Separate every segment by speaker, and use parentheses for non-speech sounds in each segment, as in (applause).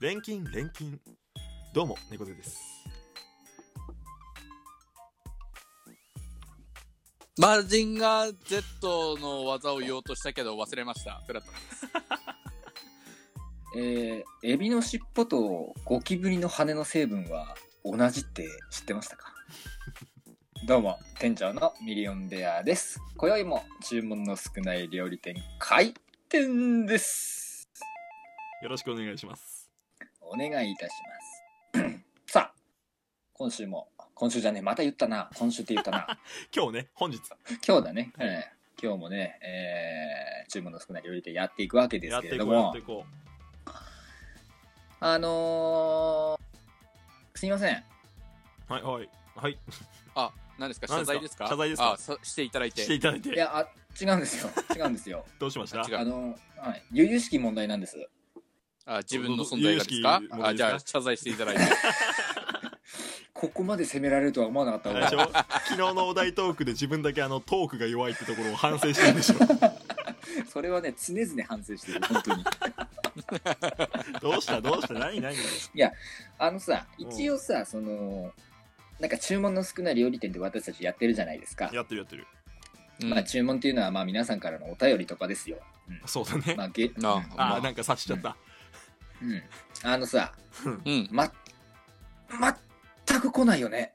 Speaker 1: 錬金錬金どうも猫背です
Speaker 2: マージンガー Z の技を言おうとしたけど忘れました。フラット。
Speaker 3: えー、エビの尻尾とゴキブリの羽の成分は同じって知ってまし
Speaker 1: (laughs)
Speaker 3: たかどうも、店長のミリオンベアです。今宵も注文の少ない料理店開店です。
Speaker 1: よろしくお願いします
Speaker 3: お願いいたします。 (clears throat) さあ、今週も、今週じゃねえ、また言ったな、今週って言っ
Speaker 1: (laughs)
Speaker 3: たな、
Speaker 1: 今日ね本日
Speaker 3: 今日だね、
Speaker 1: はい
Speaker 3: えー今日もね、えー注文の少ない料理店やっていくわけで
Speaker 1: や
Speaker 3: す
Speaker 1: っ
Speaker 3: け
Speaker 1: て
Speaker 3: れ
Speaker 1: い
Speaker 3: ど
Speaker 1: こうやっ
Speaker 3: も
Speaker 1: てい、こ
Speaker 3: あのー、すいません。
Speaker 1: うはいはいはい
Speaker 2: あ、何ですか
Speaker 1: 何
Speaker 2: 謝
Speaker 1: ですか
Speaker 2: 罪ですか
Speaker 1: 謝罪ですか
Speaker 2: あさしていただいて。
Speaker 1: していただい
Speaker 3: い
Speaker 1: て
Speaker 3: やあ違う
Speaker 1: (laughs)
Speaker 3: んですよ違うんですよ
Speaker 1: どうしました
Speaker 2: あ違う
Speaker 3: あの、はい、由々しき問題なんです
Speaker 2: あ自分の存在がですか
Speaker 1: どうぞどうぞ
Speaker 2: あじゃ
Speaker 1: 有
Speaker 2: あ
Speaker 1: 識
Speaker 2: 謝罪していただいて。
Speaker 3: (laughs) ここまで責められるとは思わなかった
Speaker 1: あ
Speaker 3: 俺
Speaker 1: れでしょ昨日のお題トークで自分だけあのトークが弱いってところを反省してるんでしょ
Speaker 3: (laughs) それはね常々反省してる
Speaker 1: (laughs)
Speaker 3: 本当に
Speaker 1: どうしたどうした何何
Speaker 3: あのさ一応さそのなんか注文の少ない料理店って私たちやってるじゃないですか、
Speaker 1: やってるやってる
Speaker 2: うん
Speaker 3: まあ、注文っていうのはまあ皆さんからのお便りとかですよ、
Speaker 1: そうだね
Speaker 3: まあげうん
Speaker 2: あ
Speaker 1: あ
Speaker 2: ま
Speaker 1: ーなんか察しちゃった
Speaker 3: うん、あのさ
Speaker 2: うん。
Speaker 3: ま全く来ないよね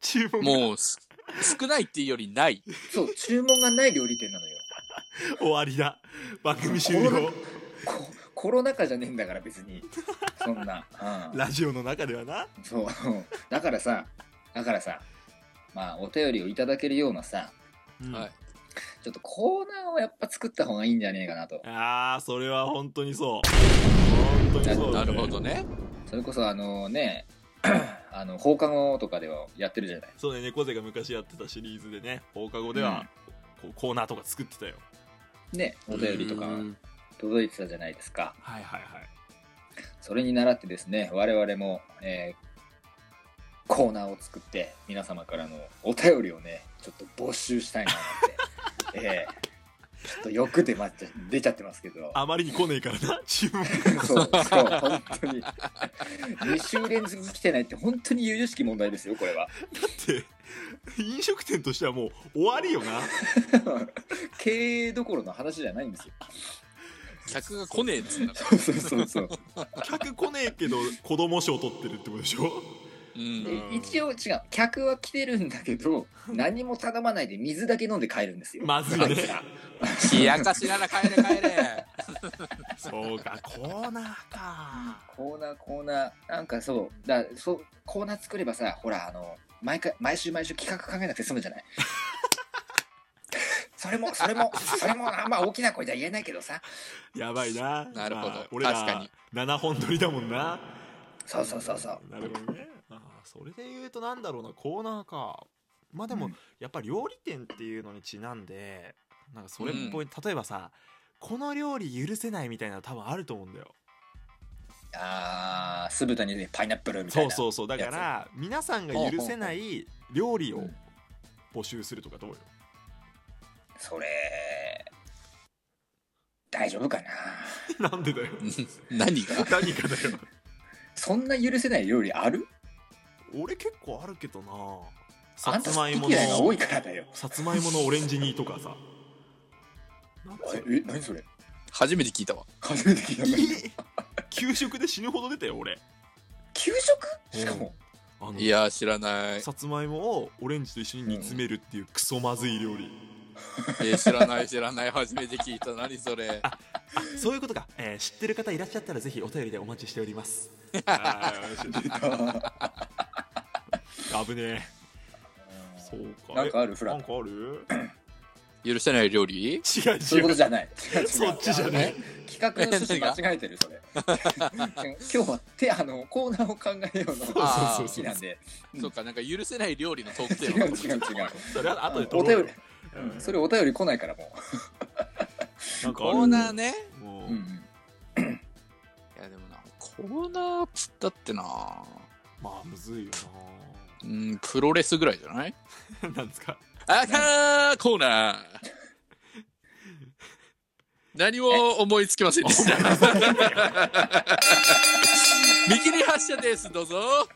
Speaker 1: 注文が
Speaker 2: もうす少ないっていうよりない。
Speaker 3: そう注文がない料理店なのよ
Speaker 1: 終わりだ番組終了
Speaker 3: こコロナ禍じゃねえんだから別にそんな、うん、
Speaker 1: ラジオの中ではな
Speaker 3: そう。 (laughs) だからさ、だからさ、まあ、お便りをいただけるようなさ、
Speaker 1: うん
Speaker 2: はい
Speaker 3: ちょっとコーナーをやっぱ作った方がいいんじゃねえかなと。
Speaker 1: あーそれは本当にそう本当にそう
Speaker 2: な
Speaker 1: だね
Speaker 2: るほどね。
Speaker 3: それこそ、あのね、 (clears throat) あの、放課後とかではやってるじゃない。
Speaker 1: そうね猫背が昔やってたシリーズでね放課後ではこうコーナーとか作ってたよ
Speaker 3: ね、お便りとか
Speaker 2: うん
Speaker 3: 届いてたじゃないですか。
Speaker 1: はいはいはい
Speaker 3: それに倣ってですね、我々も、えーコーナーを作って、皆様からのお便りをね、ちょっと募集したいな
Speaker 2: (laughs)
Speaker 3: って。えーちょっと欲でまっちゃ出ちゃってますけど。
Speaker 1: あまりに来ねえから (laughs) な注文
Speaker 3: (laughs) そう、そう、本当 (laughs) に。2週連続来てないって本当に由々しき問題ですよ、これは。 (laughs)
Speaker 1: って飲食店としてはもう終わりよな
Speaker 3: 経営どころの話じゃないんですよ。
Speaker 2: 客が来ねえっつうんだから。
Speaker 3: そうそうそうそう。
Speaker 1: 客来ねえけど子供賞取ってるってことでしょ
Speaker 2: うん。
Speaker 1: ん
Speaker 3: で一 (laughs) 応違う。客は来てるんだけど、何も頼まないで水だけ飲んで帰るんですよ。
Speaker 1: まずいね
Speaker 2: 冷やかしなら帰れ帰れ。
Speaker 3: (laughs)
Speaker 1: そうかコーナーか
Speaker 3: コーナー、コーナー、なんかそう、だそうコーナー作ればさ、ほら、あの、毎回、毎週毎週企画考えなくて済むじゃないそれも、それも、それも、あんま大きな声じゃ言えないけどさ、
Speaker 1: やばいな
Speaker 2: なるほど
Speaker 1: まあ俺ら
Speaker 2: 確かに
Speaker 1: 7本撮りだもんな
Speaker 3: そうそうそうそう。
Speaker 1: なるほどねあーそれで言うとなんだろうなコーナーかまあでも、
Speaker 3: うん
Speaker 1: やっぱ料理店っていうのにちなんでなんかそれっぽい、例えばさこの料理許せないみたいなの多分あると思うんだよ
Speaker 3: あー酢豚にねパイナップルみた
Speaker 1: そう
Speaker 3: いな
Speaker 1: そうそうだから皆さんが許せない料理を
Speaker 3: うん
Speaker 1: 募集するとかどうよ (laughs)
Speaker 3: それ大丈夫かな
Speaker 1: なんでだよ
Speaker 2: 何が
Speaker 1: 何かだよ
Speaker 3: そんな許せない料理ある
Speaker 1: 俺結構あるけどな
Speaker 3: あ
Speaker 1: さ
Speaker 3: んた
Speaker 1: つ
Speaker 3: 好
Speaker 1: まいも
Speaker 3: き嫌いが多
Speaker 1: の
Speaker 3: いからだよ
Speaker 1: さつまいものオレンジ煮とかさなんかそれ
Speaker 3: え何それ
Speaker 2: 初めて聞いたわ。
Speaker 3: 初めて聞いた
Speaker 1: (laughs) 給食で死ぬほど出たよ俺
Speaker 3: 給食しか
Speaker 1: (laughs)
Speaker 3: も
Speaker 1: あの
Speaker 2: いや、知らない。
Speaker 1: さつまいもをオレンジと一緒に煮詰めるっていうクソまずい料理、
Speaker 2: えー知らない知らない初めて聞いた何それ
Speaker 1: (laughs) そういうことか、えー知ってる方いらっしゃったらぜひお便りでお待ちしております (laughs) 危ねえそうか
Speaker 3: なんかあるフ
Speaker 1: え
Speaker 3: ラ
Speaker 1: なん
Speaker 3: ット
Speaker 1: かある
Speaker 2: 許せない料理
Speaker 1: 違
Speaker 2: (laughs)
Speaker 1: う
Speaker 3: そういう
Speaker 1: 違
Speaker 3: こ
Speaker 1: う
Speaker 3: とじゃない違う違う
Speaker 1: そっちじゃない
Speaker 3: 企画の趣旨間違えてる
Speaker 1: (laughs)
Speaker 3: それ今日は手あのコーナーを考えようの好
Speaker 2: ああ
Speaker 1: そうそう
Speaker 3: きなんで
Speaker 2: そうかなんか許せない料理のトーク
Speaker 3: 違
Speaker 2: テ
Speaker 3: う
Speaker 2: ーマ
Speaker 3: (laughs) 違う違う
Speaker 1: それは後で
Speaker 3: お
Speaker 1: 取ろうよ
Speaker 3: 便りうんそれお便り来ないからも
Speaker 1: なんかあ
Speaker 2: コ
Speaker 1: る
Speaker 2: ーナーね
Speaker 1: も
Speaker 3: う
Speaker 1: う、
Speaker 3: うんうん
Speaker 2: いやでもなコーナーっつったってな
Speaker 1: まあむずいよ
Speaker 2: うんプロレスぐらいじゃない
Speaker 1: (laughs) ななんですか
Speaker 2: あかーコーナー何も思いつきませんでした。見切り発車です、どうぞ。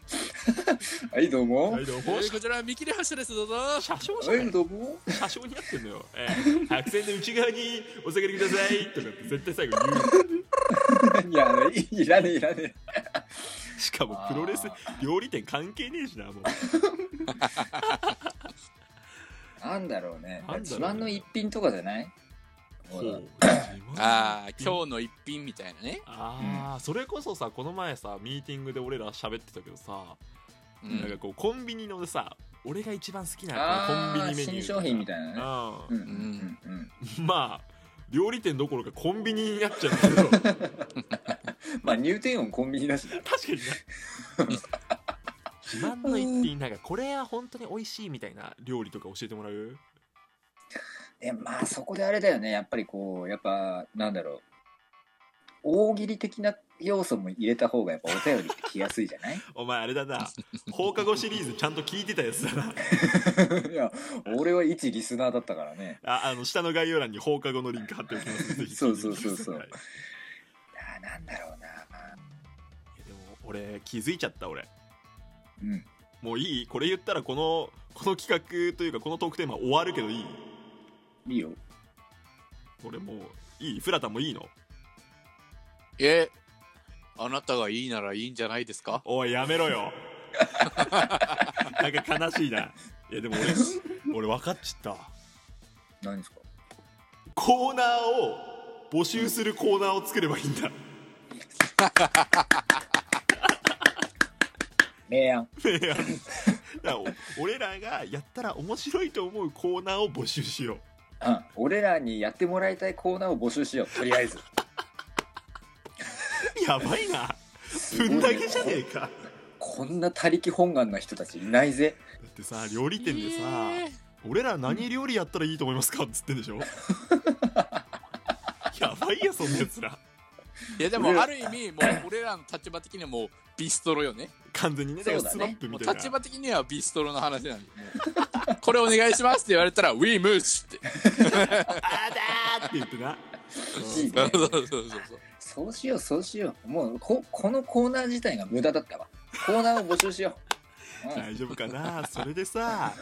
Speaker 3: はい、どうも。
Speaker 1: いどう
Speaker 2: えーこちら見切り発車です、どうぞ。
Speaker 1: 車掌じゃ
Speaker 3: は
Speaker 1: ない
Speaker 3: い、どうも。
Speaker 1: 車掌になってんのよ、ええ白線の内側にお下がりくださいとかって絶対最後言
Speaker 3: (laughs) いや、あのいいらねえ、いらね
Speaker 1: うしかもプロレス料理店関係ねえしなもう
Speaker 3: え。なんだろうね。
Speaker 1: なんだろうね
Speaker 3: 自慢の一品とかじゃない (clears throat)
Speaker 2: ああ、
Speaker 1: 日
Speaker 2: 今日の一品みたいなね。
Speaker 1: ああそれこそさこの前さミーティングで俺ら喋ってたけどさ、
Speaker 2: う
Speaker 1: なんか
Speaker 2: ん。
Speaker 1: こうコンビニのさ俺が一番好きなこ
Speaker 3: あ
Speaker 1: のコン
Speaker 3: ー
Speaker 1: ビニメニュー
Speaker 3: 新商品みたいなね。
Speaker 1: な
Speaker 3: うんうんうんうん。
Speaker 1: まあ料理店どころかコンビニになっちゃうんだけ
Speaker 3: (laughs)
Speaker 1: ど確か
Speaker 3: まあ入店音コンビニだしな。
Speaker 1: にな自慢の一品なんかこれは本当に美味しいみたいな料理とか教えてもらう
Speaker 3: でまあそこであれだよねやっぱりこうやっぱなんだろう大喜利的な要素も入れた方がやっぱお便りって来やすいじゃ (laughs) な
Speaker 1: お前あれだな放課後シリーズちゃんと聞いてたやつだない
Speaker 3: いや俺は一リスナーだったからね
Speaker 1: ああの下の概要欄に放課後のリンク貼っておきますのでぜひ聞いてみてください
Speaker 3: そうそうそうそう
Speaker 1: はいい
Speaker 3: あーなんだろうな
Speaker 1: やでも俺気づいちゃった俺
Speaker 3: うん
Speaker 1: もういいこれ言ったらこのこの企画というかこのトークテーマ終わるけどいい
Speaker 3: いいよ
Speaker 1: 俺もういいフラタンもいいの
Speaker 2: え、あなたがいいならいいんじゃないですか
Speaker 1: おいやめろよ (laughs) なんか悲しいないやでも俺俺分かっちゃった
Speaker 3: 何ですか
Speaker 1: コーナーを募集するコーナーを作ればいいんだい (laughs) やだか
Speaker 3: 明暗
Speaker 1: らお俺らがやったら面白いと思うコーナーを募集しよう
Speaker 3: うん俺らにやってもらいたいコーナーを募集しようとりあえず
Speaker 1: やばいな
Speaker 3: す
Speaker 1: ぶ
Speaker 3: ごい
Speaker 1: ん
Speaker 3: ね
Speaker 1: 投げじゃねえかだ
Speaker 3: こんな他力本願な人たちいないぜ
Speaker 1: ってさ料理店でさ、
Speaker 2: えー
Speaker 1: 俺ら何料理やったらいいと思いますかっつってんで
Speaker 2: (laughs)
Speaker 1: しょやばいよそんなやつら
Speaker 2: いやで
Speaker 3: 俺
Speaker 2: も
Speaker 3: ら
Speaker 2: ある意味、もう俺らの立場的にはもうビストロよね。
Speaker 1: 完全にね
Speaker 3: そうだね
Speaker 1: スナップ
Speaker 2: も
Speaker 1: み
Speaker 2: う
Speaker 1: たいな
Speaker 2: 立場的にはビストロの話なのに。 (laughs) これお願いしますって言われたら、ウィームースって。
Speaker 1: あだーって言ってな
Speaker 3: いい
Speaker 2: (laughs) そ
Speaker 3: ね
Speaker 2: うそうそうそう。
Speaker 3: そうしようそうしようもうここのコーナー自体が無駄だったわコーナーを募集しよう、うん
Speaker 1: 大丈夫かなそれでさ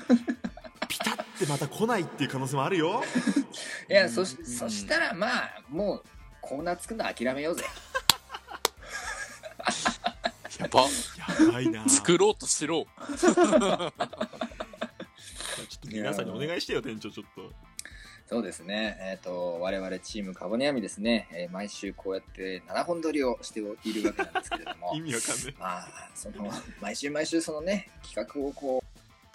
Speaker 1: ピタってまた来ないっていう可能性もあるよ (laughs)
Speaker 3: いや、そし、そしたら、まあ、もう、コーナー作るの諦めようぜ。
Speaker 2: やっぱ、
Speaker 1: やばいなちょっ
Speaker 2: 作ろうとしろ。
Speaker 1: と皆さんにお願いしてよ店長ちょっと
Speaker 3: そうですね。えっ、と、我々チームカゴネアミですね、えー毎週こうやって7本撮りをしているわけなんですけれど
Speaker 1: (laughs)
Speaker 3: も
Speaker 1: 意、味わかんない
Speaker 3: まあ、その、毎週毎週そのね、企画をこ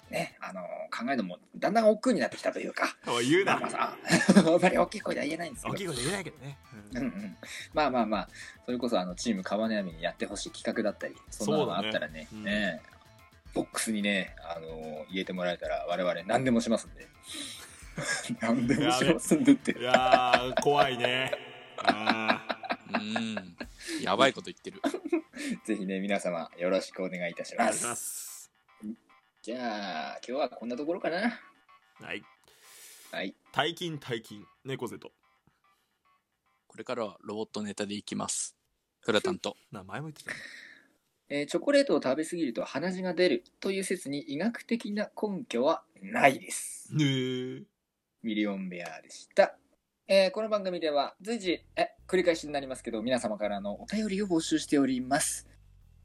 Speaker 3: う、ね、あの、考えるのも、だんだん億劫になってきたというか、
Speaker 1: おい言う
Speaker 3: ま
Speaker 1: な
Speaker 3: (laughs) あまあ、ああんまり大きい声では言えないんですけ
Speaker 1: 大
Speaker 3: ど
Speaker 1: きい。こと言えないけどね、
Speaker 3: うんうん、まあまあまあそれこそあのチームカバネアミにやってほしい企画だったりそんなのがあったらね
Speaker 1: そうだねうん
Speaker 3: ねえボックスにね、あのー入れてもらえたら我々何でもしま
Speaker 1: (laughs)
Speaker 3: すんで何でもしますんでって
Speaker 1: いやー怖いねあ
Speaker 2: うん。やばいこと言ってる。
Speaker 3: ぜひね皆様よろしくお願いいたし
Speaker 1: ーありがとう
Speaker 3: ま
Speaker 1: ございますす
Speaker 3: じゃあ今日はこんなところかな
Speaker 1: はい
Speaker 3: はい
Speaker 1: 大金大金猫背と
Speaker 2: これからはロボットネタでいきます。フラタンと。
Speaker 1: 名前も言ってたね
Speaker 3: えーチョコレートを食べ過ぎると鼻血が出るという説に医学的な根拠はないです
Speaker 1: ねー
Speaker 3: ミリオンベアでした。えーこの番組では随時、え、繰り返しになりますけど、皆様からのお便りを募集しております。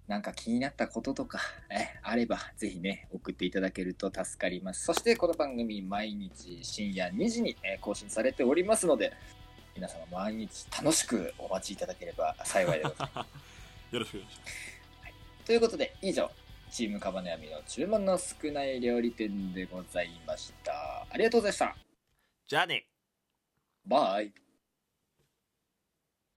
Speaker 3: なんか気になったこととか、え、あれば、ぜひね、送っていただけると助かります。そして、この番組、毎日深夜2時に、えー更新されておりますので、皆様、毎日楽しくお待ちいただければ幸いでございます。
Speaker 1: よろしくお願いします
Speaker 3: ということで以上チームカバネアミの注文の少ない料理店でございましたありがとうございました
Speaker 1: じゃあね
Speaker 3: バイ